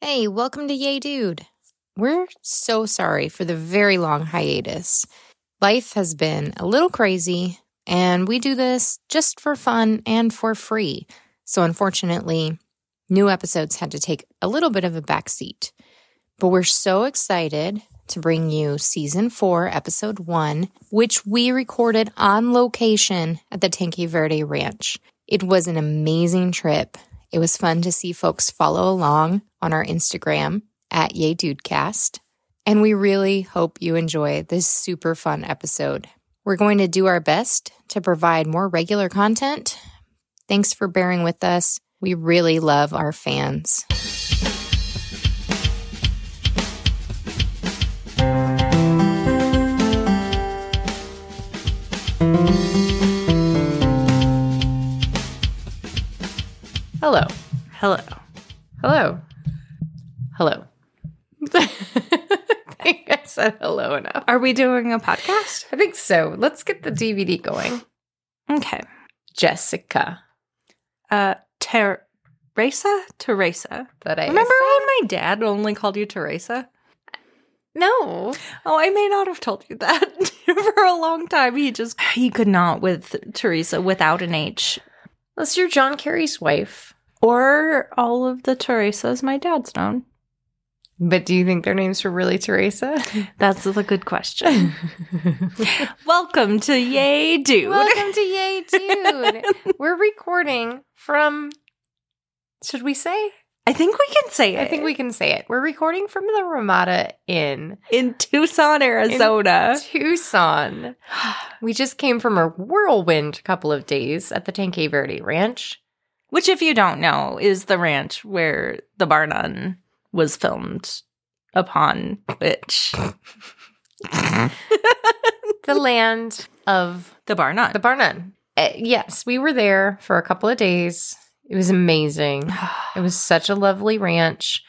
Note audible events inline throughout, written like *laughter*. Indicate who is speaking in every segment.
Speaker 1: Hey, welcome to Yay Dude. We're so sorry for the very long hiatus. Life has been a little crazy, and we do this just for fun and for free. So, unfortunately, new episodes had to take a little bit of a backseat. But we're so excited to bring you season four, episode one, which we recorded on location at the Tanque Verde Ranch. It was an amazing trip. It was fun to see folks follow along on our Instagram at YayDudeCast. And we really hope you enjoy this super fun episode. We're going to do our best to provide more regular content. Thanks for bearing with us. We really love our fans. Hello.
Speaker 2: Hello.
Speaker 1: Hello. Hello. *laughs* I think I said hello enough.
Speaker 2: Are we doing a podcast?
Speaker 1: I think so. Let's get the DVD going.
Speaker 2: Okay.
Speaker 1: Jessica.
Speaker 2: Uh, Ter- Teresa? Teresa.
Speaker 1: That I
Speaker 2: Remember when my dad only called you Teresa?
Speaker 1: No.
Speaker 2: Oh, I may not have told you that *laughs* for a long time. He just he could not with Teresa without an H.
Speaker 1: Unless you're John Kerry's wife.
Speaker 2: Or all of the Teresas my dad's known.
Speaker 1: But do you think their names were really *laughs* Teresa?
Speaker 2: That's a good question. *laughs* Welcome to Yay Dude.
Speaker 1: Welcome to Yay *laughs* Dude. We're recording from should we say?
Speaker 2: I think we can say it.
Speaker 1: I think we can say it. We're recording from the Ramada Inn,
Speaker 2: in Tucson, Arizona.
Speaker 1: Tucson. We just came from a whirlwind couple of days at the Tanque Verde Ranch.
Speaker 2: Which, if you don't know, is the ranch where the Bar None was filmed upon which
Speaker 1: the land of
Speaker 2: the Bar None.
Speaker 1: the Barnum. Eh, yes, we were there for a couple of days. It was
Speaker 2: *sighs*
Speaker 1: amazing. It was such a lovely ranch.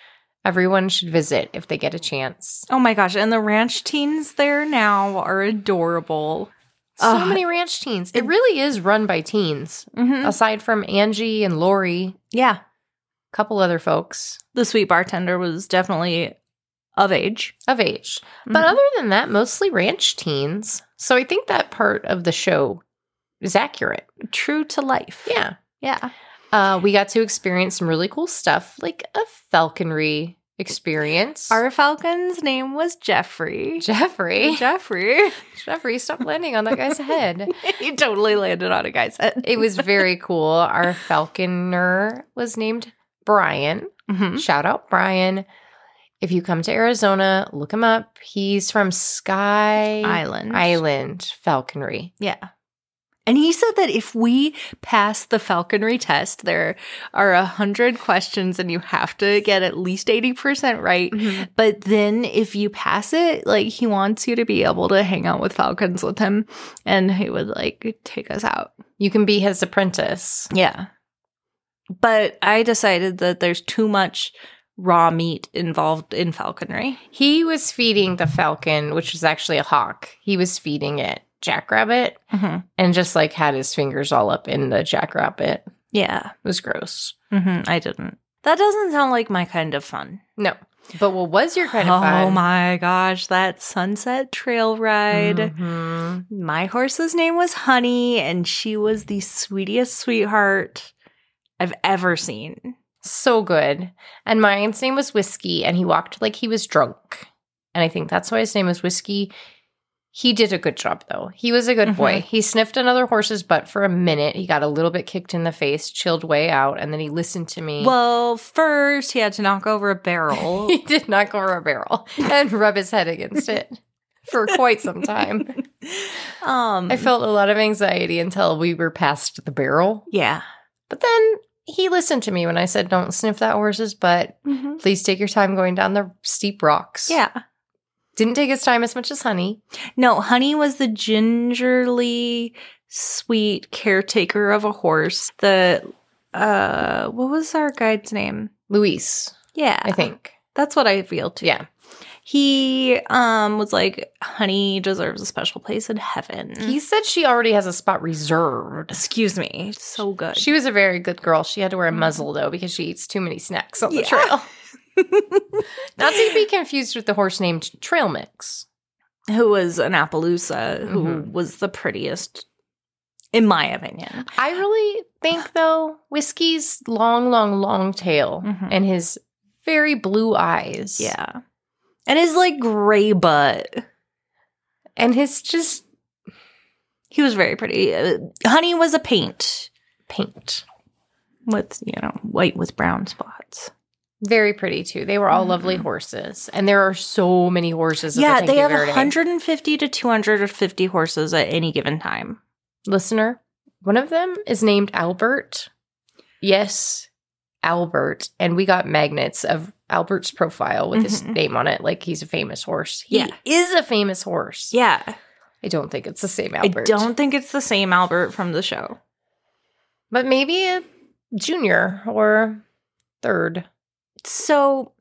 Speaker 1: Everyone should visit if they get a chance.
Speaker 2: oh my gosh. And the ranch teens there now are adorable.
Speaker 1: So
Speaker 2: Ugh.
Speaker 1: many ranch teens. It really is run by teens,
Speaker 2: Mhm.
Speaker 1: aside from Angie and Lori,
Speaker 2: Yeah.
Speaker 1: a couple other folks
Speaker 2: The sweet bartender was definitely of age.
Speaker 1: of age. But
Speaker 2: Mhm.
Speaker 1: other than that, mostly ranch teens. So I think that part of the show is accurate.
Speaker 2: true to life.
Speaker 1: Yeah.
Speaker 2: Yeah.
Speaker 1: Uh, we got to experience some really cool stuff, like a falconry experience.
Speaker 2: Our falcon's name was Jeffrey.
Speaker 1: Jeffrey,
Speaker 2: Jeffrey. *laughs*
Speaker 1: Jeffrey, stop landing on that guy's head.
Speaker 2: he totally landed on a guy's head.
Speaker 1: *laughs* It was very cool. Our falconer was named Brian.
Speaker 3: Mm-hmm.
Speaker 2: Mhm.
Speaker 1: Shout out Brian. If you come to Arizona, look him up. He's from Sky
Speaker 2: Island.
Speaker 1: Island Falconry.
Speaker 2: Yeah. And he said that if we pass the falconry test, there are a hundred questions and you have to get at least 80% right.
Speaker 3: Mm-hmm.
Speaker 2: But then if you pass it, like he wants you to be able to hang out with falcons with him and he would like take us out.
Speaker 1: You can be his apprentice.
Speaker 2: Yeah. But I decided that there's too much raw meat involved in falconry.
Speaker 1: He was feeding the falcon, which was actually a hawk. He was feeding it jackrabbit
Speaker 2: Mm-hmm.
Speaker 1: and just like had his fingers all up in the jackrabbit. It
Speaker 2: Yeah.
Speaker 1: was gross.
Speaker 2: hmm I didn't. That doesn't sound like my kind of fun.
Speaker 1: No. But what was your kind
Speaker 2: oh
Speaker 1: of fun?
Speaker 2: my gosh, that sunset trail ride.
Speaker 1: Mhm.
Speaker 2: My horse's name was Honey, and she was the sweetest sweetheart I've ever seen.
Speaker 1: So good. And mine's name was Whiskey, and he walked like he was drunk. And I think that's why his name is Whiskey. He did a good job, though. He was a good boy. He sniffed another horse's butt for a minute. He got a little bit kicked in the face, chilled way out, and then he listened to me.
Speaker 2: Well, first he had to knock over a
Speaker 1: *laughs*
Speaker 2: barrel.
Speaker 1: he did not go over a barrel and rub his head against *laughs* it for quite some time.
Speaker 2: um,
Speaker 1: I felt a lot of anxiety until we were past the barrel.
Speaker 2: yeah.
Speaker 1: But then he listened to me when I said, Don't sniff that horse's butt. Please take your time going down the steep rocks.
Speaker 2: Yeah.
Speaker 1: Didn't take his time as much as honey.
Speaker 2: No, Honey was the gingerly, sweet caretaker of a horse. The, uh, what was our guide's name?
Speaker 1: Luis,
Speaker 2: Yeah.
Speaker 1: I think.
Speaker 2: That's what I feel too.
Speaker 1: Yeah.
Speaker 2: He um was like, Honey deserves a special place in heaven.
Speaker 1: He said she already has a spot reserved.
Speaker 2: excuse me. So good.
Speaker 1: She was a very good girl. She had to wear a
Speaker 2: Mhm.
Speaker 1: muzzle though because she eats too many snacks on the
Speaker 2: Yeah.
Speaker 1: trail.
Speaker 2: *laughs*
Speaker 3: Not to be confused with the horse named Trail Mix.
Speaker 2: who was an Appaloosa, who
Speaker 3: Mhm.
Speaker 2: was the prettiest, in my opinion.
Speaker 3: I really think, though, Whiskey's long, long, long tail
Speaker 2: Mhm.
Speaker 3: and his very blue eyes.
Speaker 2: Yeah. And his like gray butt.
Speaker 3: And his just
Speaker 2: He was very pretty. Uh, Honey was a paint
Speaker 3: paint.
Speaker 2: with, you know, white with brown spots.
Speaker 3: Very pretty, too. They were all lovely
Speaker 2: Mhm.
Speaker 3: horses. And there are so many horses. at
Speaker 2: yeah,
Speaker 3: the
Speaker 2: they
Speaker 3: Tanque
Speaker 2: have
Speaker 3: Verde.
Speaker 2: 150 to 250 horses at any given time.
Speaker 3: listener, one of them is named Albert. Yes, Albert. And we got magnets of Albert's profile with his
Speaker 2: Mhm.
Speaker 3: name on it, like he's a famous horse. He
Speaker 2: Yeah.
Speaker 3: is a famous horse.
Speaker 2: Yeah.
Speaker 3: I don't think it's the same Albert.
Speaker 2: I don't think it's the same Albert from the show.
Speaker 3: But maybe a junior or third.
Speaker 2: So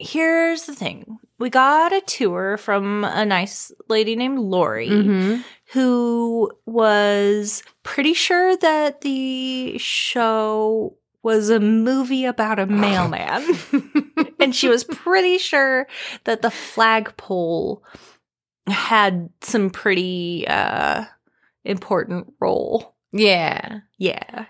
Speaker 2: here's the thing we got a tour from a nice lady named Lori. Mm-hmm.
Speaker 3: *laughs*
Speaker 2: who was pretty sure that the show was a movie about a mailman. *laughs* and she was pretty sure that the flagpole had some pretty uh, important role.
Speaker 3: Yeah.
Speaker 2: Yeah.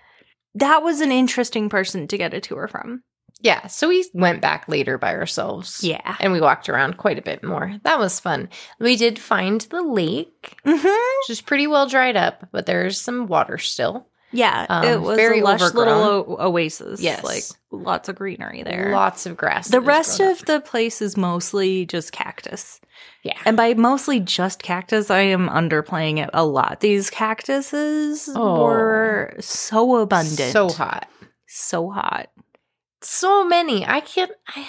Speaker 2: That was an interesting person to get a tour from.
Speaker 3: Yeah. So we went back later by ourselves.
Speaker 2: Yeah.
Speaker 3: And we walked around quite a bit more. That was fun. We did find the lake,
Speaker 2: hmm
Speaker 3: which is pretty well dried up, but there's some water still.
Speaker 2: Yeah.
Speaker 3: Um,
Speaker 2: it was
Speaker 3: very
Speaker 2: a lush
Speaker 3: overgrown.
Speaker 2: little o- oasis.
Speaker 3: Yes.
Speaker 2: Like lots of greenery there.
Speaker 3: Lots of grass.
Speaker 2: The
Speaker 3: that has
Speaker 2: rest
Speaker 3: grown up.
Speaker 2: of the place is mostly just cactus.
Speaker 3: Yeah.
Speaker 2: And by mostly just cactus, I am underplaying it a lot. These cactuses
Speaker 3: Oh.
Speaker 2: were so abundant.
Speaker 3: So hot.
Speaker 2: So hot.
Speaker 3: So many. I can't I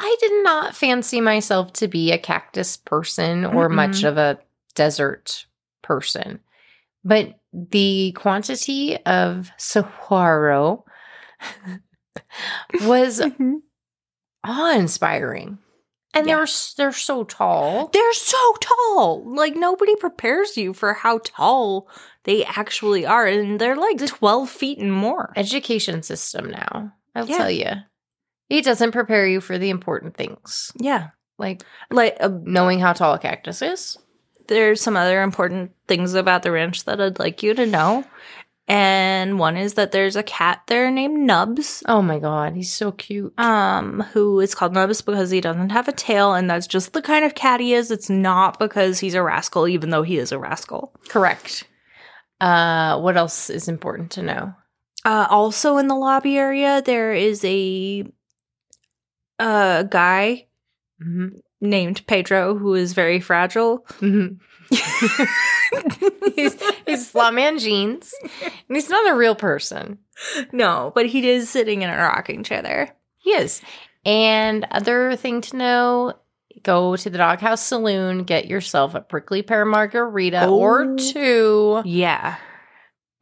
Speaker 3: I did not fancy myself to be a cactus person or
Speaker 2: Mm-mm.
Speaker 3: much of a desert person. But the quantity of saguaro *laughs* was
Speaker 2: Mm-hmm.
Speaker 3: awe-inspiring. And
Speaker 2: Yeah.
Speaker 3: they're s- they're so tall.
Speaker 2: They're so tall. Like nobody prepares you for how tall they actually are. And they're like 12 feet and more.
Speaker 3: Education system now. I'll
Speaker 2: Yeah.
Speaker 3: tell you. It doesn't prepare you for the important things.
Speaker 2: Yeah.
Speaker 3: Like
Speaker 2: Like uh,
Speaker 3: knowing how tall a cactus is.
Speaker 2: there's some other important things about the ranch that I'd like you to know. And one is that there's a cat there named Nubs.
Speaker 3: Oh my god, he's so cute.
Speaker 2: um, who is called Nubs because he doesn't have a tail, and that's just the kind of cat he is. It's not because he's a rascal, even though he is a rascal.
Speaker 3: Correct. Uh, what else is important to know?
Speaker 2: Uh, also, in the lobby area, there is a a guy
Speaker 3: Mhm.
Speaker 2: named Pedro who is very fragile. *laughs*
Speaker 3: Mhm. *laughs* he's
Speaker 2: *laughs*
Speaker 3: he's La Man jeans, and he's not a real person.
Speaker 2: no, but he is sitting in a rocking chair there.
Speaker 3: He is. And other thing to know: go to the Doghouse Saloon, get yourself a prickly pear margarita
Speaker 2: Oh.
Speaker 3: or two.
Speaker 2: Yeah,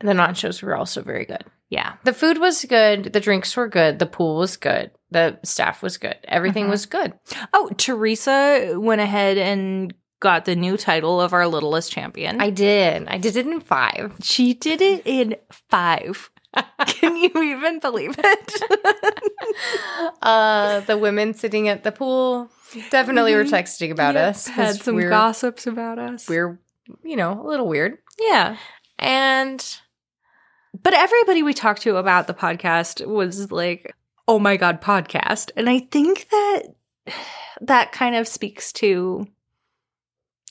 Speaker 3: The nachos were also very good.
Speaker 2: yeah,
Speaker 3: The food was good. The drinks were good. The pool was good. The staff was good. Everything
Speaker 2: Mhm.
Speaker 3: was good.
Speaker 2: Oh, Teresa went ahead and got the new title of our littlest champion.
Speaker 3: I did. I did it in five.
Speaker 2: *laughs* she did it in *laughs* five. Can you even believe it?
Speaker 3: uh, the women sitting at the pool definitely were
Speaker 2: Mhm.
Speaker 3: texting *laughs* about
Speaker 2: Yep,
Speaker 3: us. 'cause
Speaker 2: Had some
Speaker 3: we're,
Speaker 2: gossips about us.
Speaker 3: We're, you know, a little weird.
Speaker 2: yeah.
Speaker 3: And
Speaker 2: But everybody we talked to about the podcast was like, oh my God, podcast. And I think that that kind of speaks to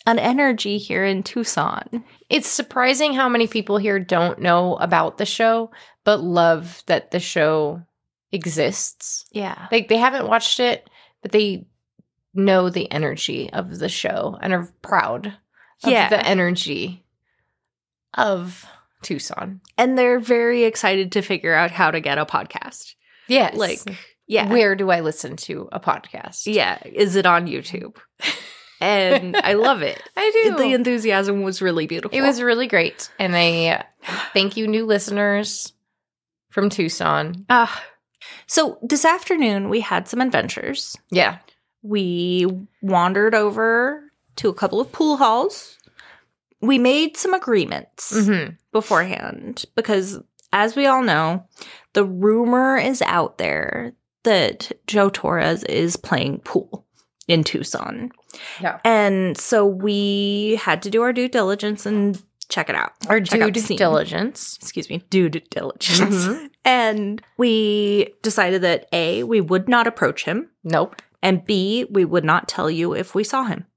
Speaker 2: an energy here in Tucson.
Speaker 3: it's surprising how many people here don't know about the show, but love that the show exists.
Speaker 2: Yeah.
Speaker 3: Like they haven't watched it, but they know the energy of the show and are proud of
Speaker 2: Yeah.
Speaker 3: the energy of Tucson.
Speaker 2: and they're very excited to figure out how to get a podcast.
Speaker 3: Yes.
Speaker 2: Like, yeah.
Speaker 3: where do I listen to a podcast?
Speaker 2: yeah. Is it on YouTube? And I love *laughs* it.
Speaker 3: I
Speaker 2: The enthusiasm was really beautiful.
Speaker 3: It was really great. And I thank you, new listeners from Tucson.
Speaker 2: Ah. so this afternoon we had some adventures.
Speaker 3: Yeah.
Speaker 2: We wandered over to a couple of pool halls. We made some agreements
Speaker 3: hmm
Speaker 2: beforehand because as we all know, the rumor is out there that Joe Torres is playing pool in Tucson.
Speaker 1: Yeah.
Speaker 2: And so we had to do our due diligence and check it out.
Speaker 3: Or
Speaker 2: Check out
Speaker 3: due
Speaker 2: the scene.
Speaker 3: diligence. Mm-hmm.
Speaker 2: Excuse me, due diligence. *laughs* And we decided that A, we would not approach him,
Speaker 3: Nope.
Speaker 2: and B, we would not tell you if we saw him.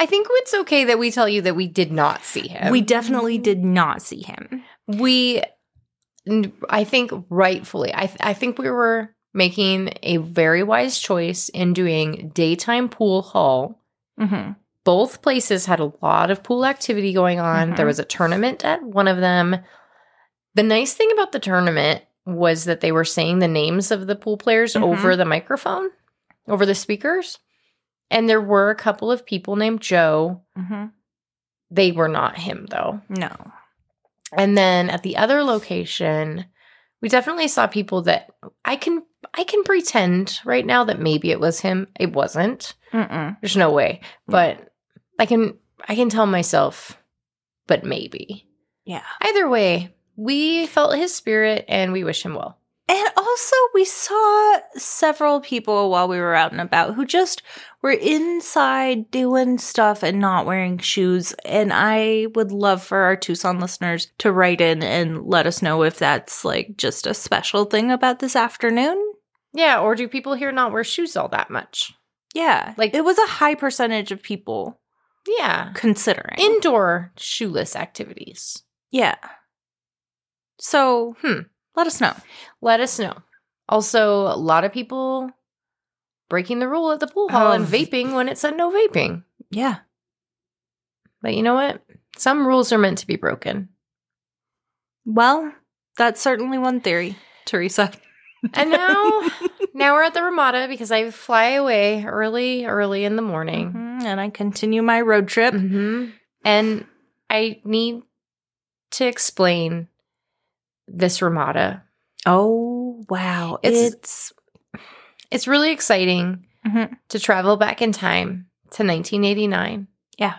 Speaker 3: I think it's okay that we tell you that we did not see him.
Speaker 2: We definitely did not see him.
Speaker 3: we n- i think rightfully I, th- I think we were making a very wise choice in doing daytime pool hall
Speaker 2: Mm-hmm.
Speaker 3: both places had a lot of pool activity going on there
Speaker 2: Mhm.
Speaker 3: was a tournament at one of them the nice thing about the tournament was that they were saying the names of the pool players
Speaker 2: Mhm.
Speaker 3: over the microphone over the speakers and there were a couple of people named joe
Speaker 2: Mm-hmm.
Speaker 3: they were not him though
Speaker 2: No.
Speaker 3: And then at the other location, we definitely saw people that I can I can pretend right now that maybe it was him. It wasn't.
Speaker 2: Mm-mm.
Speaker 3: There's no way. But I can I can tell myself but maybe.
Speaker 2: Yeah.
Speaker 3: Either way, we felt his spirit and we wish him well.
Speaker 2: And also, we saw several people while we were out and about who just were inside doing stuff and not wearing shoes. And I would love for our Tucson listeners to write in and let us know if that's like just a special thing about this afternoon.
Speaker 3: Yeah, or do people here not wear shoes all that much?
Speaker 2: Yeah. Like
Speaker 3: Like-
Speaker 2: it was a high percentage of people
Speaker 3: Yeah.
Speaker 2: considering.
Speaker 3: Indoor shoeless activities.
Speaker 2: yeah. So,
Speaker 3: Hmm.
Speaker 2: let us know.
Speaker 3: Let us know. Also, a lot of people breaking the rule at the pool hall
Speaker 2: Oh,
Speaker 3: and
Speaker 2: v-
Speaker 3: vaping when it said no vaping.
Speaker 2: Yeah.
Speaker 3: But you know what? Some rules are meant to be broken.
Speaker 2: Well, that's certainly one theory, Teresa.
Speaker 3: And now now we're at the Ramada because I fly away early, early in the morning.
Speaker 2: Mhm, And I continue my road trip.
Speaker 3: hmm And I need to explain this Ramada.
Speaker 2: Oh, wow.
Speaker 3: It's-
Speaker 2: It's,
Speaker 3: It's really exciting
Speaker 2: Mhm.
Speaker 3: to travel back in time to 1989.
Speaker 2: yeah.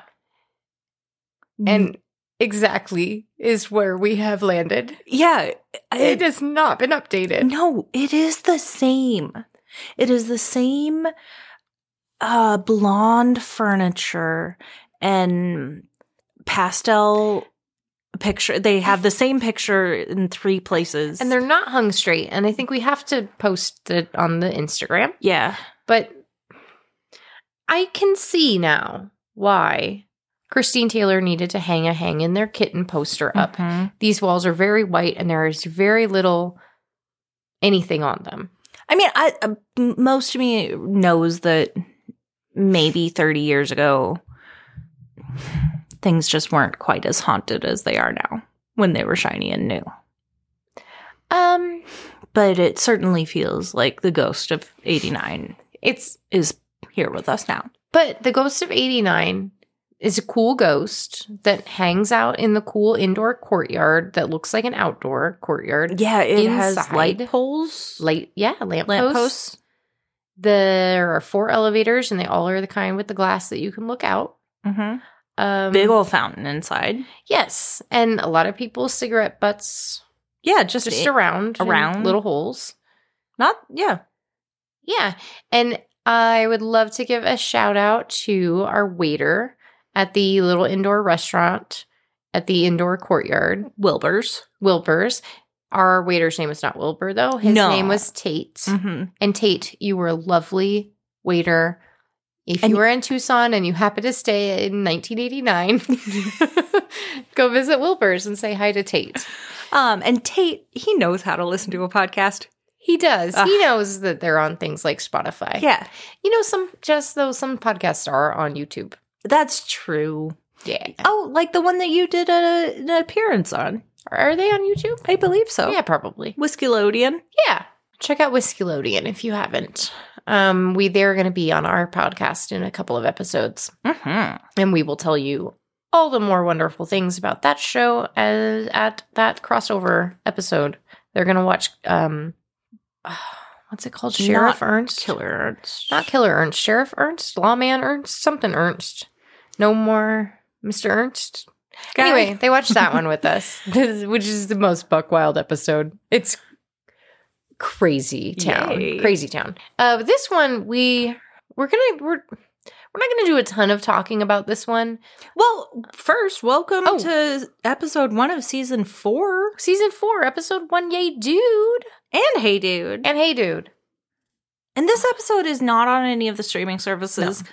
Speaker 3: And exactly is where we have landed.
Speaker 2: yeah,
Speaker 3: It
Speaker 2: it,
Speaker 3: has not been updated.
Speaker 2: no, it is the same. It is the same uh blonde furniture and pastel picture. They have the same picture in three places.
Speaker 3: And they're not hung straight. And I think we have to post it on the Instagram.
Speaker 2: yeah.
Speaker 3: But I can see now why Christine Taylor needed to hang a hang in their kitten poster up.
Speaker 2: Mhm.
Speaker 3: These walls are very white and there is very little anything on them.
Speaker 2: I mean, I uh, m- most of me knows that maybe 30 years ago things just weren't quite as haunted as they are now when they were shiny and new.
Speaker 3: Um
Speaker 2: But it certainly feels like the ghost of 89
Speaker 3: it's
Speaker 2: is here with us now.
Speaker 3: but the ghost of 89 is a cool ghost that hangs out in the cool indoor courtyard that looks like an outdoor courtyard.
Speaker 2: Yeah, it has
Speaker 3: Inside.
Speaker 2: light poles,
Speaker 3: Light yeah, lamp
Speaker 2: lamp
Speaker 3: posts.
Speaker 2: posts.
Speaker 3: There are four elevators and they all are the kind with the glass that you can look out.
Speaker 2: Mhm.
Speaker 3: Um
Speaker 2: Big old fountain inside.
Speaker 3: Yes, and a lot of people's cigarette butts
Speaker 2: Yeah, just,
Speaker 3: just
Speaker 2: around.
Speaker 3: around in
Speaker 2: around.
Speaker 3: little holes.
Speaker 2: Not, yeah.
Speaker 3: Yeah, and I would love to give a shout out to our waiter at the little indoor restaurant at the indoor courtyard,
Speaker 2: Wilbur's.
Speaker 3: Wilbur's. Our waiter's name is not Wilbur though. His
Speaker 2: No.
Speaker 3: name was Tate.
Speaker 2: Mm-hmm.
Speaker 3: And Tate, you were a lovely waiter. If
Speaker 2: And-
Speaker 3: you were in Tucson and you happen to stay in 1989, *laughs* go visit Wilbur's and say hi to Tate.
Speaker 2: Um, and Tate, he knows how to listen to a podcast.
Speaker 3: He does.
Speaker 2: Ugh.
Speaker 3: He knows that they're on things like Spotify.
Speaker 2: Yeah.
Speaker 3: You know, some just though some podcasts are on YouTube.
Speaker 2: That's true.
Speaker 3: Yeah.
Speaker 2: Oh, like the one that you did a, an appearance on.
Speaker 3: Are they on YouTube?
Speaker 2: I believe so.
Speaker 3: Yeah, probably.
Speaker 2: Whiskeylodeon.
Speaker 3: Yeah. Check out Whiskeylodeon if you haven't. Um, we they're gonna be on our podcast in a couple of episodes.
Speaker 2: Mm-hmm.
Speaker 3: And we will tell you all the more wonderful things about that show as at that crossover episode. They're gonna watch um *sighs* what's it called? Sheriff Ernst?
Speaker 2: Killer Ernst.
Speaker 3: Not Killer Ernst, Sheriff Ernst, Lawman Ernst, something Ernst. No more Mr. Ernst.
Speaker 2: Guy.
Speaker 3: Anyway,
Speaker 2: *laughs*
Speaker 3: they watched that one with us, this- which is the most Buckwild episode. It's crazy town,
Speaker 2: Yay.
Speaker 3: crazy town. Uh, but this one we we're gonna we're we're not gonna do a ton of talking about this one.
Speaker 2: Well, first, welcome
Speaker 3: Oh.
Speaker 2: to episode one of season four.
Speaker 3: Season four, episode one. Yay, dude!
Speaker 2: And hey, dude.
Speaker 3: And hey, dude,
Speaker 2: And this episode is not on any of the streaming services.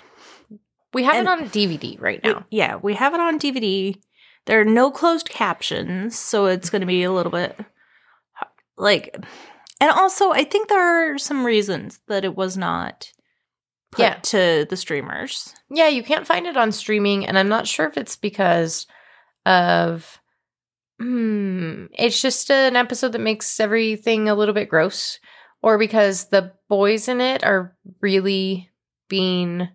Speaker 3: we have
Speaker 2: And-
Speaker 3: it on DVD right
Speaker 2: We-
Speaker 3: now.
Speaker 2: yeah, we have it on DVD. There are no closed captions, so it's going to be a little bit like. And also, I think there are some reasons that it was not put
Speaker 3: Yeah.
Speaker 2: to the streamers.
Speaker 3: yeah, you can't find it on streaming, and I'm not sure if it's because of. Hmm, it's just an episode that makes everything a little bit gross, or because the boys in it are really being.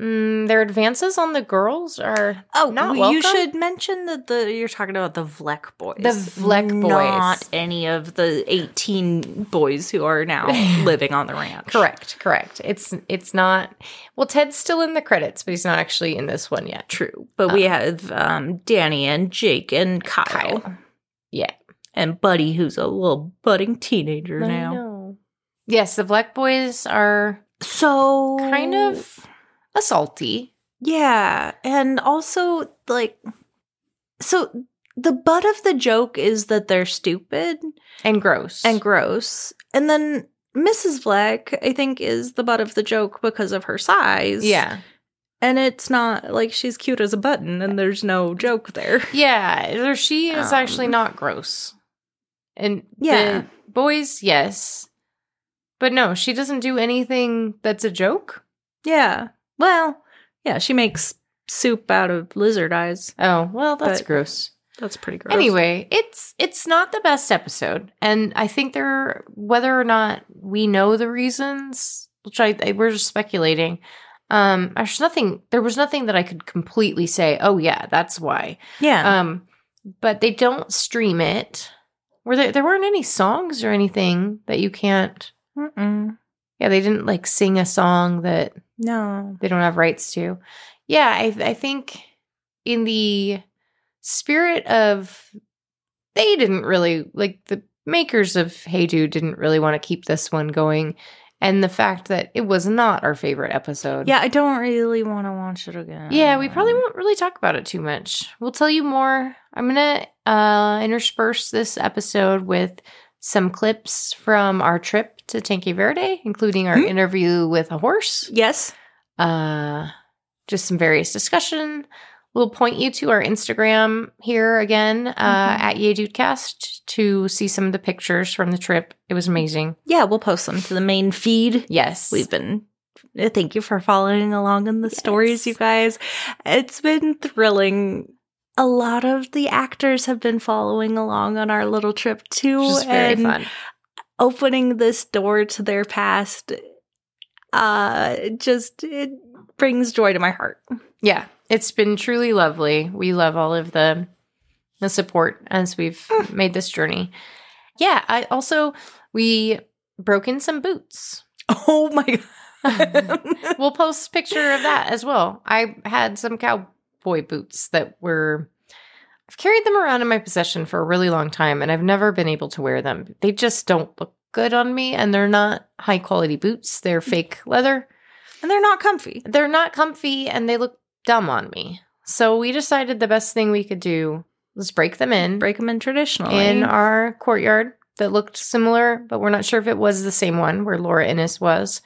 Speaker 3: Mm, their advances on the girls are
Speaker 2: Oh,
Speaker 3: Not
Speaker 2: well, you
Speaker 3: welcome?
Speaker 2: should mention that the you're talking about the Vleck boys,
Speaker 3: The Vleck boys.
Speaker 2: not any of the eighteen boys who are
Speaker 3: *laughs*
Speaker 2: now living on the ranch.
Speaker 3: correct. Correct. It's it's not. Well, Ted's still in the credits, but he's not actually in this one yet.
Speaker 2: true. But we have um, Danny and Jake and Kyle,
Speaker 3: Kyle. Yeah.
Speaker 2: and Buddy, who's a little budding teenager now.
Speaker 3: Yes, the Black Boys are
Speaker 2: So
Speaker 3: kind of assaulty.
Speaker 2: yeah, and also like so the butt of the joke is that they're stupid
Speaker 3: and gross
Speaker 2: and gross, and then. Mrs. Black, I think, is the butt of the joke because of her size.
Speaker 3: yeah
Speaker 2: And it's not like she's cute as a button and there's no joke there.
Speaker 3: yeah there she is actually
Speaker 2: Um,
Speaker 3: not gross and
Speaker 2: Yeah.
Speaker 3: the boys yes but no she doesn't do anything that's a joke
Speaker 2: Yeah. Well, yeah, she makes soup out of lizard eyes.
Speaker 3: oh well that's
Speaker 2: But-
Speaker 3: gross
Speaker 2: That's pretty gross.
Speaker 3: anyway it's it's not the best episode and i think there whether or not we know the reasons which i, I we're just speculating um there's nothing there was nothing that i could completely say oh yeah that's why
Speaker 2: yeah.
Speaker 3: Um, but they don't stream it. Were there there weren't any songs or anything that you can't
Speaker 2: Mm-mm.
Speaker 3: yeah, they didn't like sing a song that
Speaker 2: No.
Speaker 3: they don't have rights to. Yeah, I I think in the spirit of they didn't really like the makers of Hey Dude didn't really want to keep this one going and the fact that it was not our favorite episode.
Speaker 2: Yeah, I don't really want to watch it again.
Speaker 3: Yeah, we probably won't really talk about it too much. We'll tell you more. I'm going to uh, intersperse this episode with some clips from our trip to Tanque Verde, including our
Speaker 2: Hmm.
Speaker 3: interview with a horse,
Speaker 2: Yes.
Speaker 3: uh, just some various discussion. We'll point you to our Instagram here again uh,
Speaker 2: Mhm.
Speaker 3: at YeDudeCast to see some of the pictures from the trip. It was amazing.
Speaker 2: Yeah, we'll post them to the main feed.
Speaker 3: Yes.
Speaker 2: We've been. uh, Thank you for following along in the stories,
Speaker 3: Yes.
Speaker 2: you guys. It's been thrilling. A lot of the actors have been following along on our little trip too.
Speaker 3: Which is very
Speaker 2: and
Speaker 3: fun.
Speaker 2: opening this door to their past uh just it brings joy to my heart
Speaker 3: *laughs* yeah it's been truly lovely we love all of the the support as we've made this journey yeah i also we broke in some boots
Speaker 2: oh my god
Speaker 3: we'll post a picture of that as well i had some cowboy boots that were i've carried them around in my possession for a really long time and i've never been able to wear them they just don't look good on me and they're not high quality boots they're
Speaker 2: Mm.
Speaker 3: fake leather
Speaker 2: *laughs* and they're not comfy
Speaker 3: they're not comfy and they look dumb on me. So we decided the best thing we could do was break them in
Speaker 2: break them in traditionally
Speaker 3: in our courtyard that looked similar, but we're not sure if it was the same one where Laura Innes was.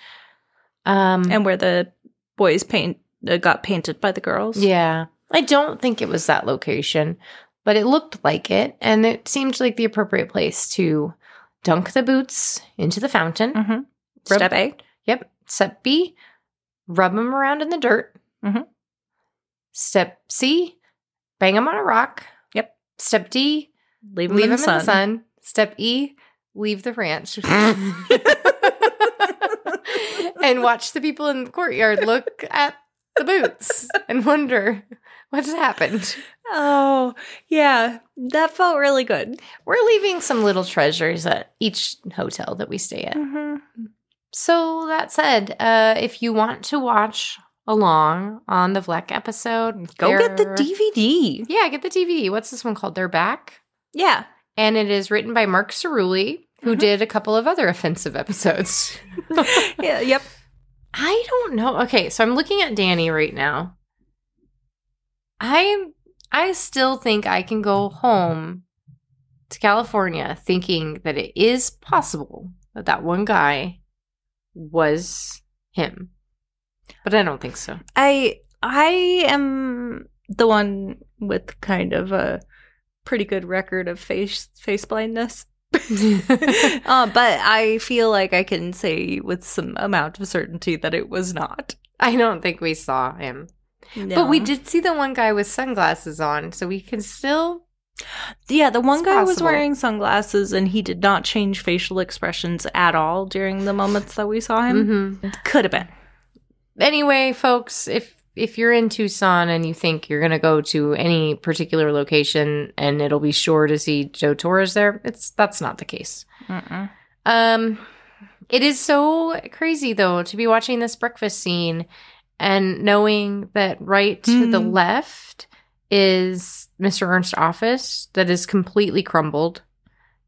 Speaker 3: Um
Speaker 2: and where the boys paint uh, got painted by the girls
Speaker 3: yeah, I don't think it was that location, but it looked like it and it seemed like the appropriate place to dunk the boots into the fountain.
Speaker 2: hmm
Speaker 3: Rub-
Speaker 2: step a
Speaker 3: Yep. Step B, rub them around in the dirt.
Speaker 2: Mhm.
Speaker 3: Step C, bang them on a rock.
Speaker 2: Yep.
Speaker 3: Step D,
Speaker 2: leave them,
Speaker 3: leave
Speaker 2: in, the
Speaker 3: them in the
Speaker 2: sun
Speaker 3: sun. Step E, leave the *laughs* ranch. and watch the people in the courtyard look at the boots and wonder what's happened.
Speaker 2: oh yeah that felt really good
Speaker 3: We're leaving some little treasures at each hotel that we stay at.
Speaker 2: Mhm.
Speaker 3: So that said, uh, if you want to watch along on the Vleck episode,
Speaker 2: go get the
Speaker 3: they're-
Speaker 2: dvd
Speaker 3: Yeah, get the TV. What's this one called? They're back,
Speaker 2: yeah
Speaker 3: and it is written by Mark Cerulli, who did a couple of other *laughs* offensive episodes.
Speaker 2: Yeah, yep.
Speaker 3: I don't know. Okay, so I'm looking at Danny right now. I I still think I can go home to California thinking that it is possible that that one guy was him. But I don't think so.
Speaker 2: I I am the one with kind of a pretty good record of face face blindness. uh, but I feel like I can say with some amount of certainty that it was not.
Speaker 3: I don't think we saw him. But we did see the one guy with sunglasses on, so we can still
Speaker 2: Yeah, the one
Speaker 3: It's
Speaker 2: guy was
Speaker 3: possible.
Speaker 2: wearing sunglasses and he did not change facial expressions at all during the moments that we saw him.
Speaker 3: Mhm.
Speaker 2: Could have been.
Speaker 3: anyway, folks, if if you're in Tucson and you think you're going to go to any particular location and it'll be sure to see Joe Torres there, it's that's not the case.
Speaker 2: Mm-mm.
Speaker 3: Um it is so crazy though to be watching this breakfast scene and knowing that right to the
Speaker 2: Mhm.
Speaker 3: left is Mr. Ernst's office that is completely crumbled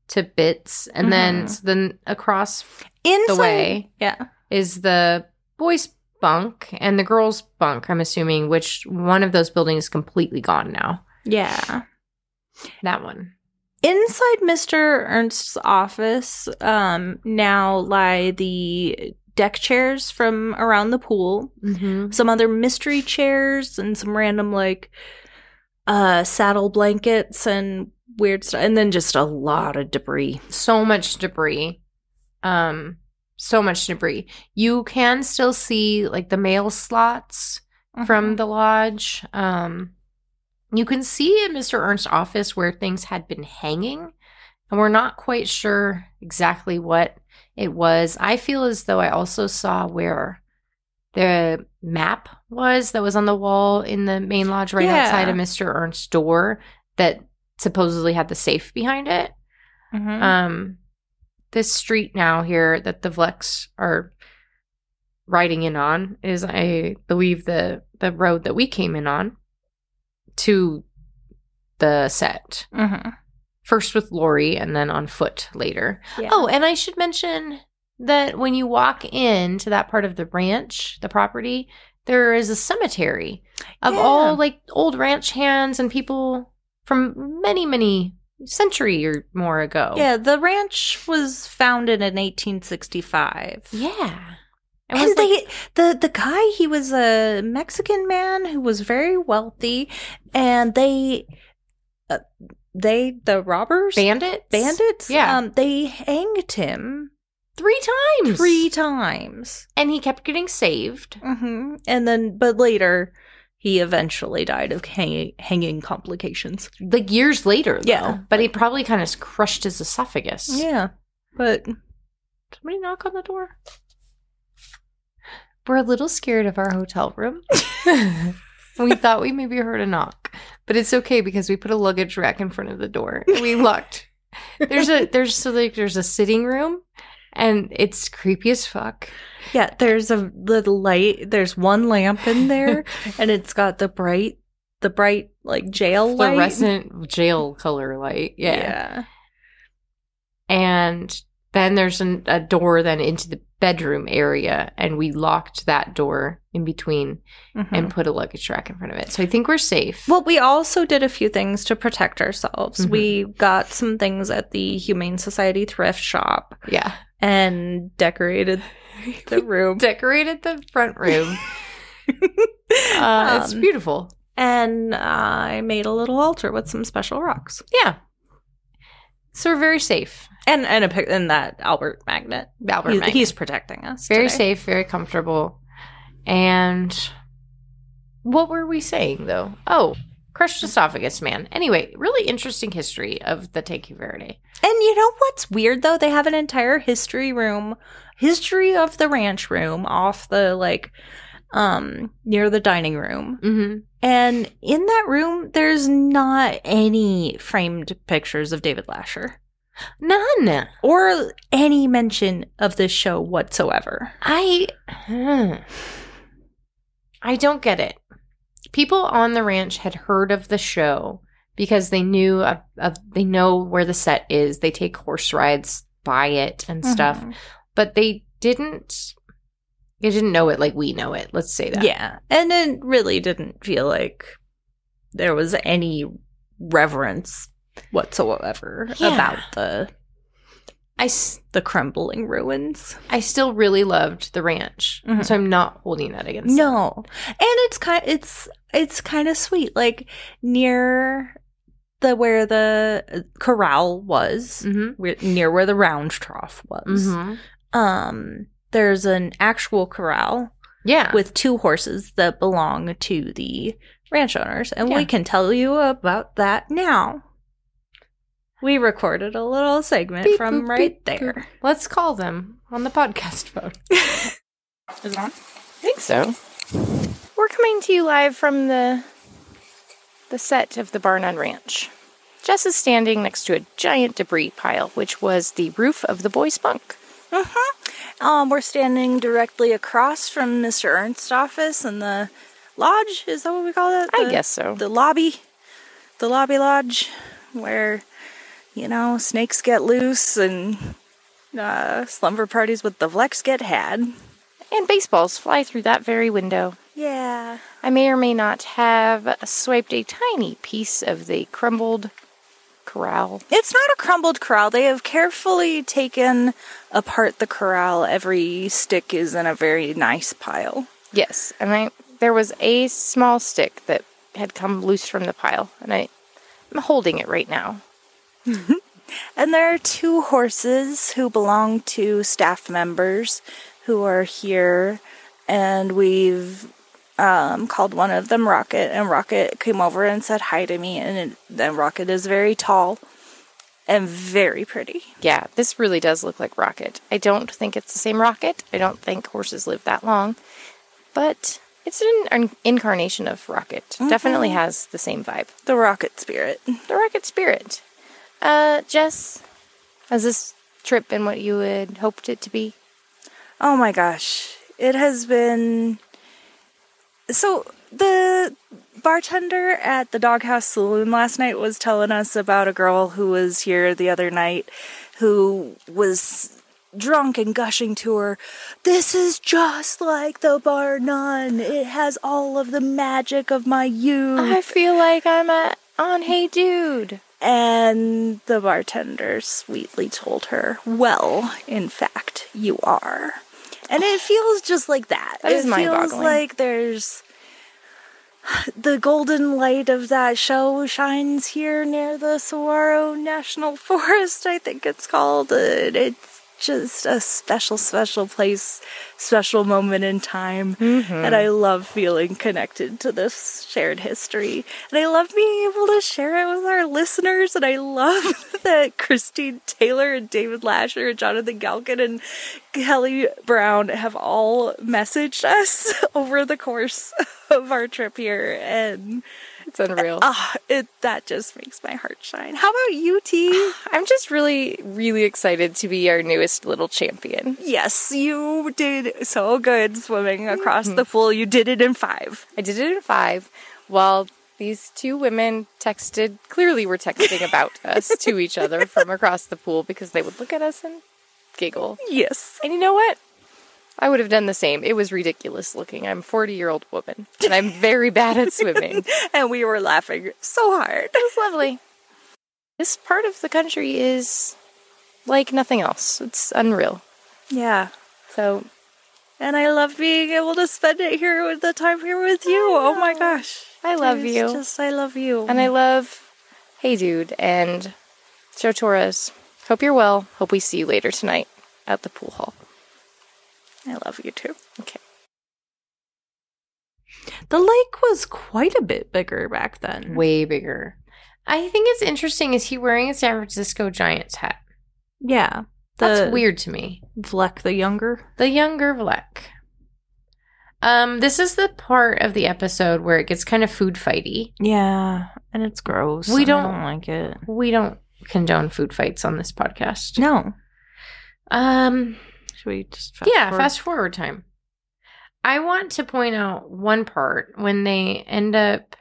Speaker 3: to bits and then
Speaker 2: Mhm.
Speaker 3: so then across
Speaker 2: Inside,
Speaker 3: the way
Speaker 2: yeah,
Speaker 3: is the boys' bunk and the girls' bunk, I'm assuming, which one of those buildings is completely gone now.
Speaker 2: yeah.
Speaker 3: That one.
Speaker 2: Inside Mr. Ernst's office um, now lie the deck chairs from around the pool,
Speaker 3: Mm-hmm.
Speaker 2: some other mystery chairs, and some random like uh, saddle blankets and weird stuff, and then just a lot of debris.
Speaker 3: So much debris. Um, so much debris. You can still see like the mail slots
Speaker 2: Uh-huh.
Speaker 3: from the lodge. Um, you can see in Mr. Ernst's office where things had been hanging, and we're not quite sure exactly what it was. I feel as though I also saw where the map was that was on the wall in the main lodge right
Speaker 2: Yeah.
Speaker 3: outside of Mr. Ernst's door that supposedly had the safe behind it
Speaker 2: Mhm.
Speaker 3: um this street now here that the Vlex are riding in on is I believe the the road that we came in on to the set.
Speaker 2: Mhm.
Speaker 3: First with Lori and then on foot later.
Speaker 2: Yeah.
Speaker 3: Oh, and I should mention that when you walk in to that part of the ranch, the property, there is a cemetery of
Speaker 2: Yeah.
Speaker 3: all like old ranch hands and people from many, many century or more ago.
Speaker 2: yeah, the ranch was founded in 1865.
Speaker 3: Yeah. It was
Speaker 2: And
Speaker 3: like-
Speaker 2: they, the the guy, he was a Mexican man who was very wealthy, and they, uh, they the robbers,
Speaker 3: bandits?
Speaker 2: bandits,
Speaker 3: Yeah.
Speaker 2: um, they hanged him
Speaker 3: Three times.
Speaker 2: three times,
Speaker 3: And he kept getting saved.
Speaker 2: hmm and then but later he eventually died of hanging hanging complications.
Speaker 3: Like years later, though.
Speaker 2: Yeah.
Speaker 3: But he probably kind of crushed his esophagus.
Speaker 2: Yeah, but
Speaker 3: Somebody knock on the door. We're a little scared of our hotel room. we thought we maybe heard a knock, but it's okay because we put a luggage rack in front of the door. We looked. There's a there's so like there's a sitting room, and it's creepy as fuck.
Speaker 2: yeah, there's a little light. There's one lamp in
Speaker 3: *laughs*
Speaker 2: there, and it's got the bright, the bright like jail light.
Speaker 3: Fluorescent jail color light. yeah. and then there's an, a door then into the bedroom area and we locked that door in between
Speaker 2: Yeah. Mhm.
Speaker 3: and put a luggage rack in front of it so i think we're safe
Speaker 2: Well, we also did a few things to protect ourselves.
Speaker 3: Mhm.
Speaker 2: We got some things at the Humane Society thrift shop
Speaker 3: yeah
Speaker 2: and
Speaker 3: *laughs*
Speaker 2: decorated the room.
Speaker 3: decorated the front
Speaker 2: *laughs*
Speaker 3: room uh, it's
Speaker 2: Um,
Speaker 3: beautiful
Speaker 2: and I made a little altar with some special rocks
Speaker 3: yeah so we're very safe
Speaker 2: and and a pic- and that Albert magnet.
Speaker 3: albert
Speaker 2: He-
Speaker 3: Mack.
Speaker 2: He's protecting us.
Speaker 3: very
Speaker 2: today.
Speaker 3: safe very comfortable and what were we saying though oh crushed esophagus man anyway really interesting history of the Tequila verde
Speaker 2: And you know what's weird though? They have an entire history room, history of the ranch room off the like um near the dining room.
Speaker 3: mm-hmm
Speaker 2: And in that room there's not any framed pictures of David Lasher
Speaker 3: None.
Speaker 2: or any mention of this show whatsoever.
Speaker 3: I hmm. I don't get it. People on the ranch had heard of the show because they knew of, of they know where the set is. They take horse rides buy it and
Speaker 4: Mm-hmm.
Speaker 3: stuff, but they didn't. They didn't know it like we know it. Let's say that.
Speaker 4: Yeah. And it really didn't feel like there was any reverence whatsoever
Speaker 3: Yeah.
Speaker 4: about the
Speaker 3: I s-
Speaker 4: the crumbling ruins.
Speaker 3: I still really loved the ranch,
Speaker 4: Mhm.
Speaker 3: so I'm not holding that against. them.
Speaker 4: No. And it's kind it's it's kind of sweet like near the where the corral was,
Speaker 3: Mhm.
Speaker 4: where, near where the round trough was.
Speaker 3: Mhm.
Speaker 2: Mm-hmm.
Speaker 4: Um there's an actual corral
Speaker 3: Yeah.
Speaker 4: with two horses that belong to the ranch owners, and
Speaker 3: Yeah.
Speaker 4: we can tell you about that now. We recorded a little segment
Speaker 3: Beep,
Speaker 4: from
Speaker 3: boop,
Speaker 4: right
Speaker 3: beep, boop.
Speaker 4: there.
Speaker 3: Let's call them on the podcast *laughs* phone.
Speaker 4: Is it on?
Speaker 3: think so.
Speaker 2: We're coming to you live from the the set of the Barn on Ranch.
Speaker 3: Jess is standing next to a giant debris pile, which was the roof of the boys' bunk.
Speaker 2: Um, we're standing directly across from Mr. Ernst's office in the lodge. Is that what we call it?
Speaker 3: I
Speaker 2: The-
Speaker 3: guess so.
Speaker 2: The lobby, the lobby lodge, where you know snakes get loose and uh, slumber parties with the Vlex get had.
Speaker 3: and baseballs fly through that very window.
Speaker 2: Yeah.
Speaker 3: I may or may not have swiped a tiny piece of the crumbled corral.
Speaker 2: It's not a crumbled corral. They have carefully taken apart the corral. Every stick is in a very nice pile.
Speaker 3: Yes, and I there was a small stick that had come loose from the pile, and I, I'm holding it right now.
Speaker 2: And there are two horses who belong to staff members who are here. And we've um, called one of them Rocket. And Rocket came over and said hi to me. And it- then Rocket is very tall and very pretty.
Speaker 3: Yeah, this really does look like Rocket. I don't think it's the same Rocket. I don't think horses live that long, but it's an in- incarnation of Rocket. Definitely has the same vibe.
Speaker 2: The Rocket Spirit.
Speaker 3: The Rocket spirit. Uh, Jess, has this trip been what you had hoped it to be?
Speaker 2: Oh my gosh. It has been so the bartender at the doghouse saloon last night was telling us about a girl who was here the other night who was drunk and gushing to her this is just like the bar none it has all of the magic of my youth
Speaker 3: I feel like I'm at, on Hey Dude.
Speaker 2: and the bartender sweetly told her, Well, in fact, you are. And it feels just like that.
Speaker 3: That
Speaker 2: it
Speaker 3: is
Speaker 2: feels
Speaker 3: mind-boggling.
Speaker 2: like there's *sighs* the golden light of that show shines here near the Saguaro National *laughs* Forest, I think it's called. And it's just a special, special place, special moment in time.
Speaker 3: Mm-hmm.
Speaker 2: And I love feeling connected to this shared history. And I love being able to share it with our listeners. And I love *laughs* that Christine Taylor and David Lasher and Jonathan Galkin and Kelly Brown have all messaged us *laughs* over the course *laughs* of our trip here. And
Speaker 3: It's unreal.
Speaker 2: ah, it that just makes my heart shine. How about you, T?
Speaker 3: I'm just really, really excited to be our newest little champion.
Speaker 2: yes, you did so good swimming across the pool. You did it in five.
Speaker 3: I did it in five while these two women texted, clearly were texting *laughs* about us to each other from across the pool because they would look at us and giggle.
Speaker 2: Yes.
Speaker 3: And you know what? I would have done the same. It was ridiculous looking. I'm a 40 year old woman and I'm very bad at swimming. *laughs*
Speaker 2: And we were laughing so hard.
Speaker 3: It's lovely. This part of the country is like nothing else. It's unreal.
Speaker 2: Yeah.
Speaker 3: So
Speaker 2: And I love being able to spend it here with the time here with you. Oh my gosh.
Speaker 3: I love
Speaker 2: It's
Speaker 3: you.
Speaker 2: Just I love you.
Speaker 3: and I love Hey Dude and Joe Torres. Hope you're well. Hope we see you later tonight at the pool hall.
Speaker 2: I love you too.
Speaker 3: Okay.
Speaker 4: The lake was quite a bit bigger back then.
Speaker 3: Mm-hmm. Way bigger. I think it's interesting. Is he wearing a San Francisco Giants hat?
Speaker 4: Yeah. The
Speaker 3: That's weird to me.
Speaker 4: Vleck the Younger.
Speaker 3: The younger Vleck. Um, this is the part of the episode where it gets kind of food fighty.
Speaker 4: Yeah. And it's gross. and
Speaker 3: We
Speaker 4: I
Speaker 3: don't-
Speaker 4: don't like it.
Speaker 3: We don't condone food fights on this podcast.
Speaker 4: No.
Speaker 3: Um,
Speaker 4: Should we just
Speaker 3: yeah,
Speaker 4: forward?
Speaker 3: fast forward time. I want to point out one part when they end up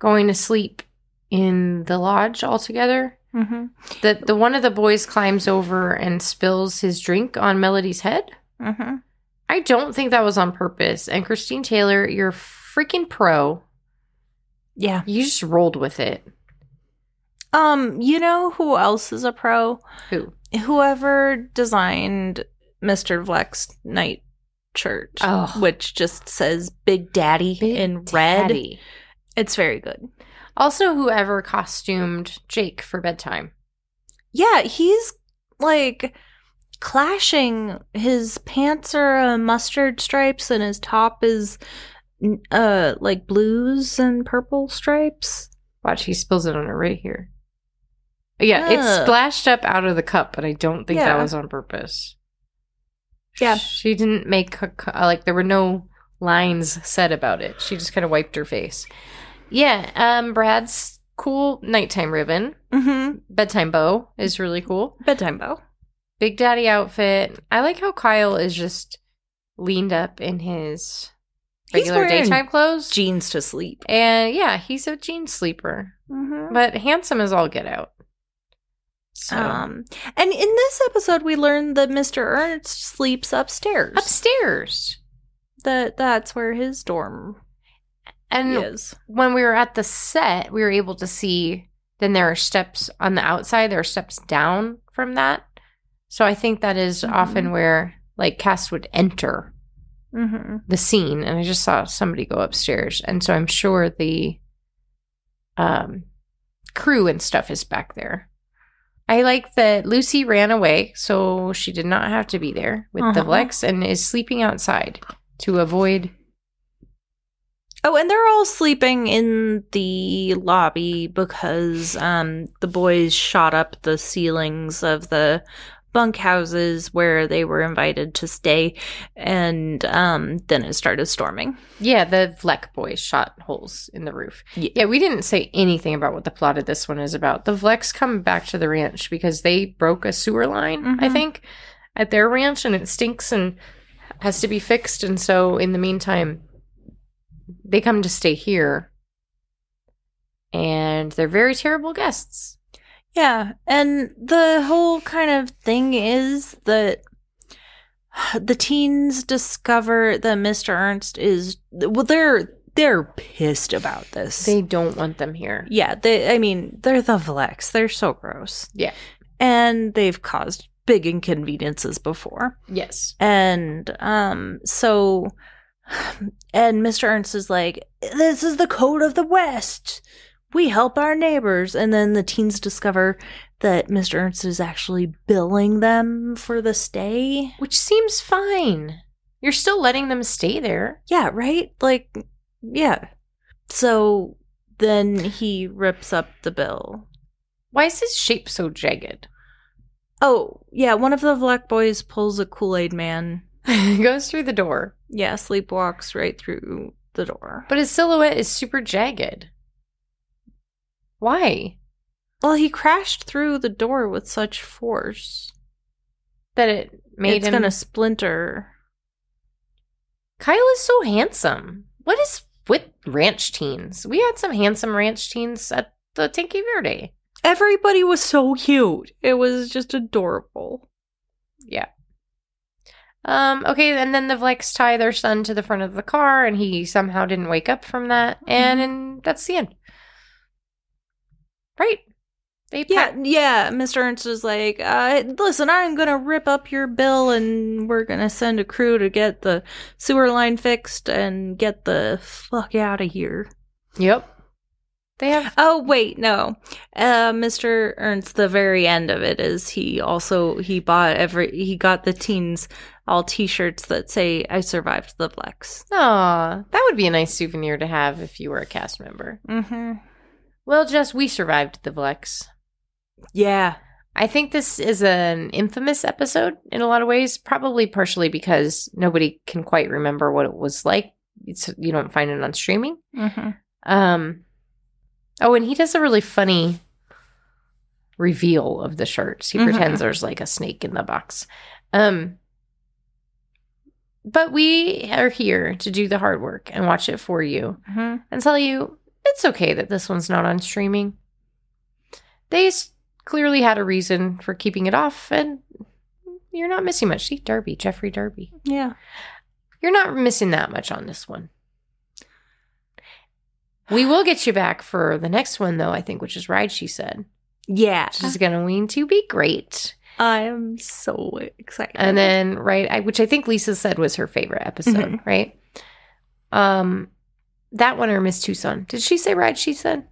Speaker 3: going to sleep in the lodge all together
Speaker 2: Mm-hmm.
Speaker 3: The the one of the boys climbs over and spills his drink on Melody's head.
Speaker 2: Mm-hmm.
Speaker 3: I don't think that was on purpose. And Christine Taylor, you're a freaking pro.
Speaker 2: Yeah.
Speaker 3: You just rolled with it.
Speaker 2: Um, you know who else is a pro?
Speaker 3: Who?
Speaker 2: Whoever designed Mr. Vleck's night church,
Speaker 3: Oh.
Speaker 2: which just says Big Daddy
Speaker 3: Big
Speaker 2: in red.
Speaker 3: Daddy.
Speaker 2: It's very good.
Speaker 3: Also, whoever costumed Jake for bedtime.
Speaker 2: Yeah, he's like clashing. His pants are uh, mustard stripes and his top is n- uh like blues and purple stripes.
Speaker 3: Watch, he spills it on her right here. Yeah, it
Speaker 2: Ugh.
Speaker 3: splashed up out of the cup, but I don't think that
Speaker 2: Yeah.
Speaker 3: was on purpose.
Speaker 2: Yeah.
Speaker 3: She didn't make, a c- uh, like, there were no lines said about it. She just kind of wiped her face. Yeah, um, Brad's cool nighttime ribbon, Mm-hmm.
Speaker 2: Mhm.
Speaker 3: bedtime bow is really cool.
Speaker 2: Bedtime bow.
Speaker 3: Big Daddy outfit. I like how Kyle is just leaned up in his
Speaker 2: He's
Speaker 3: regular
Speaker 2: wearing
Speaker 3: daytime clothes.
Speaker 2: Jeans to sleep.
Speaker 3: and yeah, he's a jean sleeper,
Speaker 2: Mhm.
Speaker 3: but handsome is all get out. So
Speaker 2: Um, and in this episode, we learned that Mr. Ernst sleeps upstairs.
Speaker 3: upstairs.
Speaker 2: That that's where his dorm
Speaker 3: And
Speaker 2: is.
Speaker 3: when we were at the set, we were able to see then there are steps on the outside, there are steps down from that. So I think that is
Speaker 2: Mhm.
Speaker 3: often where like cast would enter
Speaker 2: Mm-hmm.
Speaker 3: the scene and I just saw somebody go upstairs. And so I'm sure the um crew and stuff is back there. I like that Lucy ran away, so she did not have to be there with the
Speaker 2: Uh-huh.
Speaker 3: Vlex and is sleeping outside to avoid
Speaker 2: Oh, and they're all sleeping in the lobby because um, the boys shot up the ceilings of the bunkhouses where they were invited to stay, and um, then it started storming.
Speaker 3: Yeah, the Vleck boys shot holes in the roof.
Speaker 2: Ye-
Speaker 3: Yeah, we didn't say anything about what the plot of this one is about. The Vlecks come back to the ranch because they broke a sewer line, I
Speaker 2: Mhm.
Speaker 3: think, at their ranch and it stinks and has to be fixed. And so in the meantime, they come to stay here. And they're very terrible guests.
Speaker 2: Yeah, and the whole kind of thing is that *sighs* the teens discover that Mr. Ernst is well they're they're pissed about this.
Speaker 3: They don't want them here.
Speaker 2: yeah, they I mean, they're the Vlex. They're so gross.
Speaker 3: Yeah.
Speaker 2: And they've caused big inconveniences before.
Speaker 3: Yes.
Speaker 2: And um so and Mr. Ernst is like, This is the code of the West. We help our neighbors. And then the teens discover that Mr. Ernst is actually billing them for the stay.
Speaker 3: Which seems fine. You're still letting them stay there.
Speaker 2: Yeah, right? Like yeah. So then he rips up the bill.
Speaker 3: Why is his shape so jagged?
Speaker 2: Oh, yeah, one of the Vlek boys pulls a Kool-Aid man.
Speaker 3: *laughs* Goes through the door.
Speaker 2: Yeah, sleepwalks right through the door.
Speaker 3: But his silhouette is super jagged. Why?
Speaker 2: Well, he crashed through the door with such force.
Speaker 3: That it made
Speaker 2: it's
Speaker 3: him.
Speaker 2: gonna splinter.
Speaker 3: Kyle is so handsome. What is with ranch teens? We had some handsome ranch teens at the Tinky Verde.
Speaker 2: Everybody was so cute. It was just adorable.
Speaker 3: Um, okay, and then the Vlex tie their son to the front of the car, and he somehow didn't wake up from that, and,
Speaker 2: Mm-hmm.
Speaker 3: and that's the end. Right? They
Speaker 2: Yeah,
Speaker 3: pack-
Speaker 2: yeah. Mr. Ernst is like, uh, listen, I'm gonna rip up your bill, and we're gonna send a crew to get the sewer line fixed and get the fuck out of here.
Speaker 3: Yep. They have.
Speaker 2: Oh wait, no. Uh, Mr. Ernst, the very end of it is he also he bought every he got the teens all T-shirts that say "I survived the Flex."
Speaker 3: Aw, that would be a nice souvenir to have if you were a cast member.
Speaker 2: Mm-hmm.
Speaker 3: Well, Jess, we survived the Vlex.
Speaker 2: Yeah,
Speaker 3: I think this is an infamous episode in a lot of ways, probably partially because nobody can quite remember what it was like. It's, you don't find it on streaming.
Speaker 2: mm-hmm.
Speaker 3: Um, oh, and he does a really funny reveal of the shirts. He
Speaker 2: Mhm.
Speaker 3: pretends there's like a snake in the box. Um, but we are here to do the hard work and watch it for you
Speaker 2: Mm-hmm.
Speaker 3: and tell you it's okay that this one's not on streaming. They s- clearly had a reason for keeping it off, and you're not missing much. See, Darby, Jeffrey Darby.
Speaker 2: Yeah.
Speaker 3: You're not missing that much on this one. We will get you back for the next one, though, I think, which is Ride, She Said.
Speaker 2: Yeah.
Speaker 3: Which is going to lean to be great.
Speaker 2: I am so excited.
Speaker 3: And then, right, I, which I think Lisa said was her favorite episode, right? Um, That one or Miss Tucson. Did she say Ride, She Said?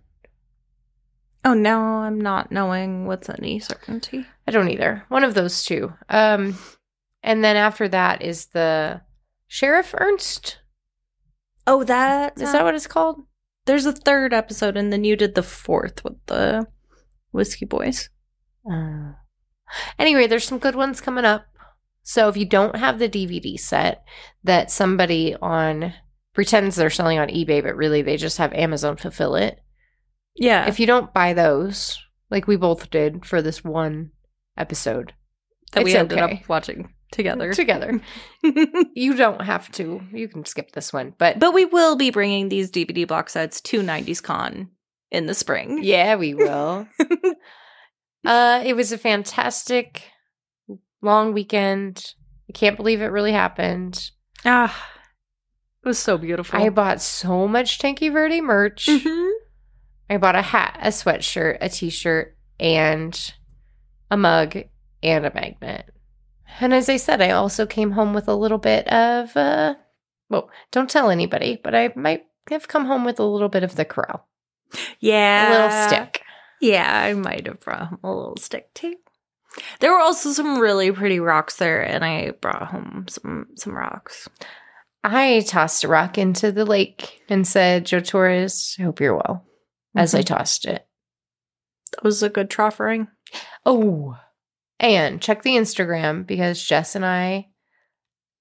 Speaker 2: oh, now I'm not knowing with any certainty.
Speaker 3: I don't either. One of those two. Um, and then after that is the Sheriff Ernst.
Speaker 2: Oh, that
Speaker 3: Is that what it's called?
Speaker 2: There's a third episode, and then you did the fourth with the Whiskey Boys.
Speaker 3: Uh, anyway, there's some good ones coming up. So if you don't have the DVD set that somebody on pretends they're selling on eBay, but really they just have Amazon fulfill it,
Speaker 2: Yeah.
Speaker 3: if you don't buy those, like we both did for this one episode
Speaker 2: that we
Speaker 3: it's
Speaker 2: ended
Speaker 3: okay.
Speaker 2: up watching together.
Speaker 3: together,
Speaker 2: *laughs*
Speaker 3: you don't have to. You can skip this one, but,
Speaker 2: but we will be bringing these DVD box sets to 90s Con in the spring.
Speaker 3: yeah, we will. uh, it was a fantastic long weekend. I can't believe it really happened.
Speaker 2: Ah, it was so beautiful.
Speaker 3: I bought so much Tanky Verde merch.
Speaker 2: Mhm.
Speaker 3: I bought a hat, a sweatshirt, a t shirt, and a mug and a magnet. And as I said, I also came home with a little bit of, uh, well, don't tell anybody, but I might have come home with a little bit of the corral,
Speaker 2: Yeah.
Speaker 3: a little stick.
Speaker 2: Yeah, I might have brought home a little stick too. There were also some really pretty rocks there, and I brought home some some rocks.
Speaker 3: I tossed a rock into the lake and said, Joe Torres, I hope you're well, as I tossed it.
Speaker 2: That was a good trough ring.
Speaker 3: Oh, and check the Instagram because Jess and I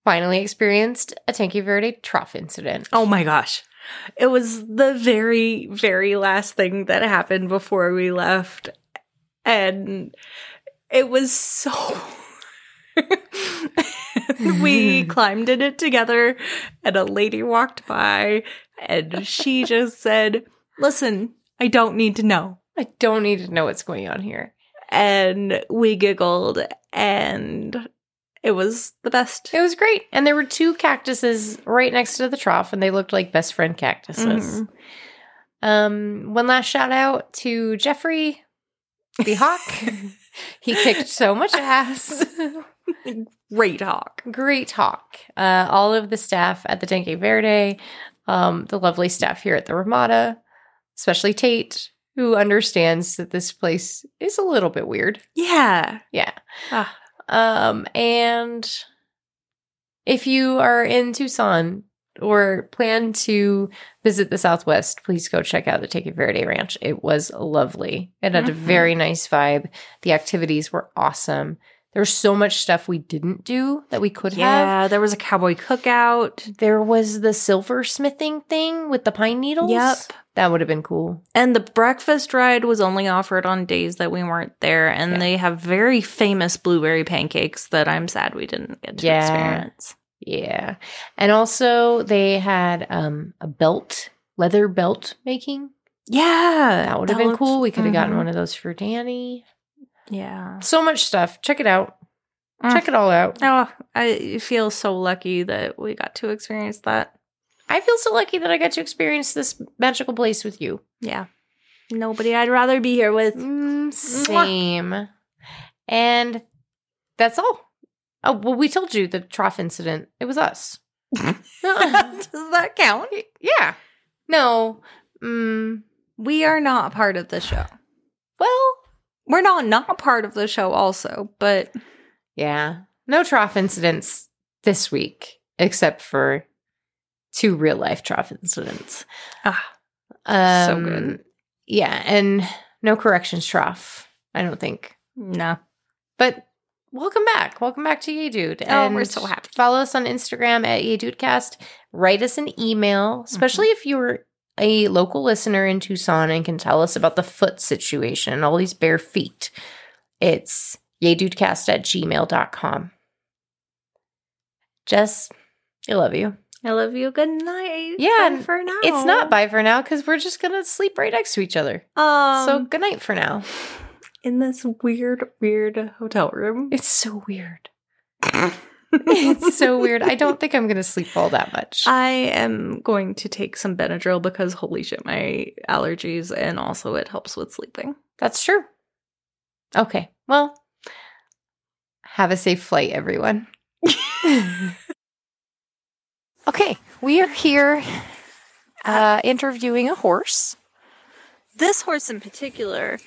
Speaker 3: finally experienced a Tanky Verde trough incident.
Speaker 2: Oh my gosh. It was the very, very last thing that happened before we left. And it was so. *laughs* we climbed in it together, and a lady walked by, and she just said, Listen, I don't need to know.
Speaker 3: I don't need to know what's going on here.
Speaker 2: And we giggled, and it was the best.
Speaker 3: It was great. And there were two cactuses right next to the trough, and they looked like best friend cactuses. Um, one last shout out to Jeffrey the Hawk. he kicked so much ass.
Speaker 2: Great hawk.
Speaker 3: *laughs* great talk. Uh, all of the staff at the Dengue Verde, um, the lovely staff here at the Ramada, especially Tate, who understands that this place is a little bit weird.
Speaker 2: Yeah.
Speaker 3: Yeah.
Speaker 2: Ah.
Speaker 3: Um, and if you are in Tucson or plan to visit the Southwest, please go check out the Dengue Verde Ranch. It was lovely. It had
Speaker 2: Mhm.
Speaker 3: a very nice vibe. The activities were awesome. There was so much stuff we didn't do that we could have.
Speaker 2: Yeah, there was a cowboy cookout.
Speaker 3: There was the silversmithing thing with the pine needles.
Speaker 2: Yep.
Speaker 3: That would have been cool.
Speaker 2: And the breakfast ride was only offered on days that we weren't there. And
Speaker 3: Yeah.
Speaker 2: they have very famous blueberry pancakes that I'm sad we didn't get to
Speaker 3: Yeah.
Speaker 2: experience.
Speaker 3: Yeah. And also they had um a belt, leather belt making.
Speaker 2: Yeah.
Speaker 3: That would have been
Speaker 2: looked-
Speaker 3: cool. We could have gotten
Speaker 2: mhm.
Speaker 3: one of those for Danny.
Speaker 2: Yeah.
Speaker 3: So much stuff. Check it out.
Speaker 2: Mm.
Speaker 3: Check it all out.
Speaker 2: Oh, I feel so lucky that we got to experience that.
Speaker 3: I feel so lucky that I got to experience this magical place with you.
Speaker 2: Yeah. Nobody I'd rather be here with.
Speaker 3: Mm, same. And that's all. Oh, well, we told you the trough incident. It was us.
Speaker 1: *laughs*
Speaker 2: Does that count?
Speaker 3: Yeah. No. Mm,
Speaker 2: We are not part of the show.
Speaker 3: well.
Speaker 2: We're not not part of the show also, but
Speaker 3: Yeah. No trough incidents this week, except for two real life trough incidents.
Speaker 2: Ah, so
Speaker 3: Um,
Speaker 2: good.
Speaker 3: Yeah, and no corrections trough. I don't think.
Speaker 2: no.
Speaker 3: But welcome back. Welcome back to Yay Dude.
Speaker 2: Oh, we're so happy.
Speaker 3: Follow us on Instagram at Yay Dudecast. Write us an email, especially if you're a local listener in Tucson and can tell us about the foot situation, all these bare feet. It's yaydudecast at gmail.com. Jess, I love you.
Speaker 2: I love you. Good night.
Speaker 3: Yeah,
Speaker 2: Bye
Speaker 3: and
Speaker 2: for now.
Speaker 3: It's not bye for now because we're just going to sleep right next to each other.
Speaker 2: Um,
Speaker 3: so good night for now.
Speaker 1: in this weird, weird hotel room.
Speaker 2: *laughs*
Speaker 3: It's so *laughs* weird. it's so weird. I *laughs* don't think I'm going to sleep all that much.
Speaker 1: *laughs* I am going to take some Benadryl because holy shit, my allergies, and also it helps with sleeping.
Speaker 3: That's true. Okay. Well, have a safe flight, everyone. okay. We are here uh, interviewing a horse.
Speaker 2: This horse in particular,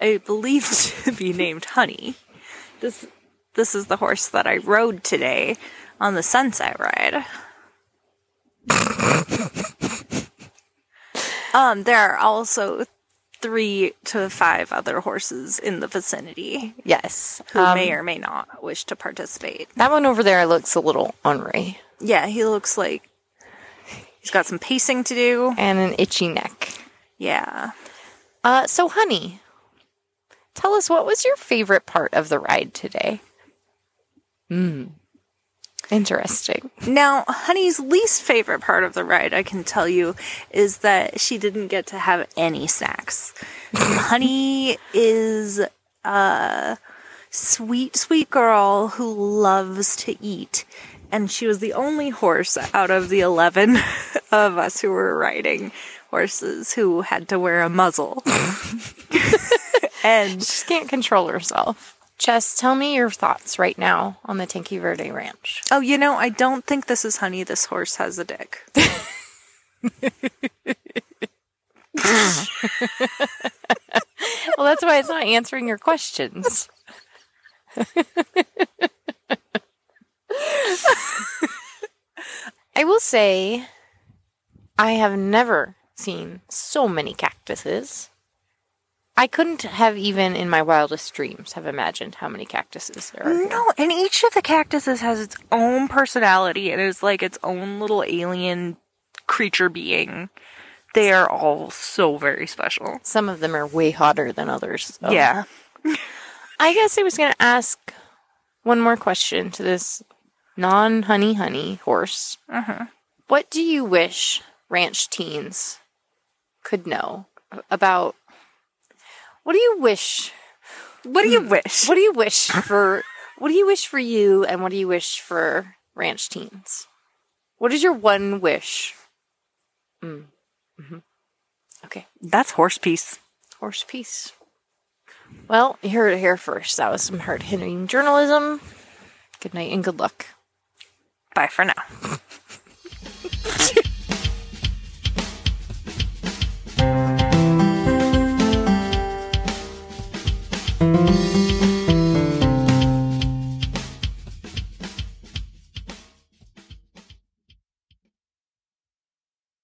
Speaker 2: I believe *laughs* to be named Honey. This this is the horse that I rode today on the sunset ride. um, there are also three to five other horses in the vicinity
Speaker 3: Yes.
Speaker 2: who may or may not wish to participate.
Speaker 3: That one over there looks a little ornery
Speaker 2: Yeah, he looks like he's got some pacing to do.
Speaker 3: and an itchy neck.
Speaker 2: Yeah.
Speaker 3: Uh, so, honey, tell us what was your favorite part of the ride today? Hmm. Interesting.
Speaker 2: Now, Honey's least favorite part of the ride, I can tell you, is that she didn't get to have any snacks. Honey is a sweet, sweet girl who loves to eat. And she was the only horse out of the 11 *laughs* of us who were riding horses who had to wear a muzzle. *laughs* and
Speaker 3: She can't control herself. Jess, tell me your thoughts right now on the Tanky Verde Ranch.
Speaker 2: Oh, you know, I don't think this is honey. This horse has a dick.
Speaker 3: Well, that's why it's not answering your questions. I will say, I have never seen so many cactuses. I couldn't have even in my wildest dreams have imagined how many cactuses there are. here.
Speaker 2: No, and each of the cactuses has its own personality and is like its own little alien creature being. They are all so very special.
Speaker 3: Some of them are way hotter than others. so.
Speaker 2: Yeah.
Speaker 3: I guess I was going to ask one more question to this non honey honey horse.
Speaker 2: Uh-huh.
Speaker 3: What do you wish ranch teens could know about? What do you wish? Mm,
Speaker 2: What do you wish?
Speaker 3: What do you wish for? What do you wish for you and what do you wish for ranch teens? What is your one wish? Mm. hmm Okay.
Speaker 2: That's horse piece.
Speaker 3: Horse piece. Well, you heard it here first. That was some hard hitting journalism. Good night and good luck.
Speaker 2: Bye for now.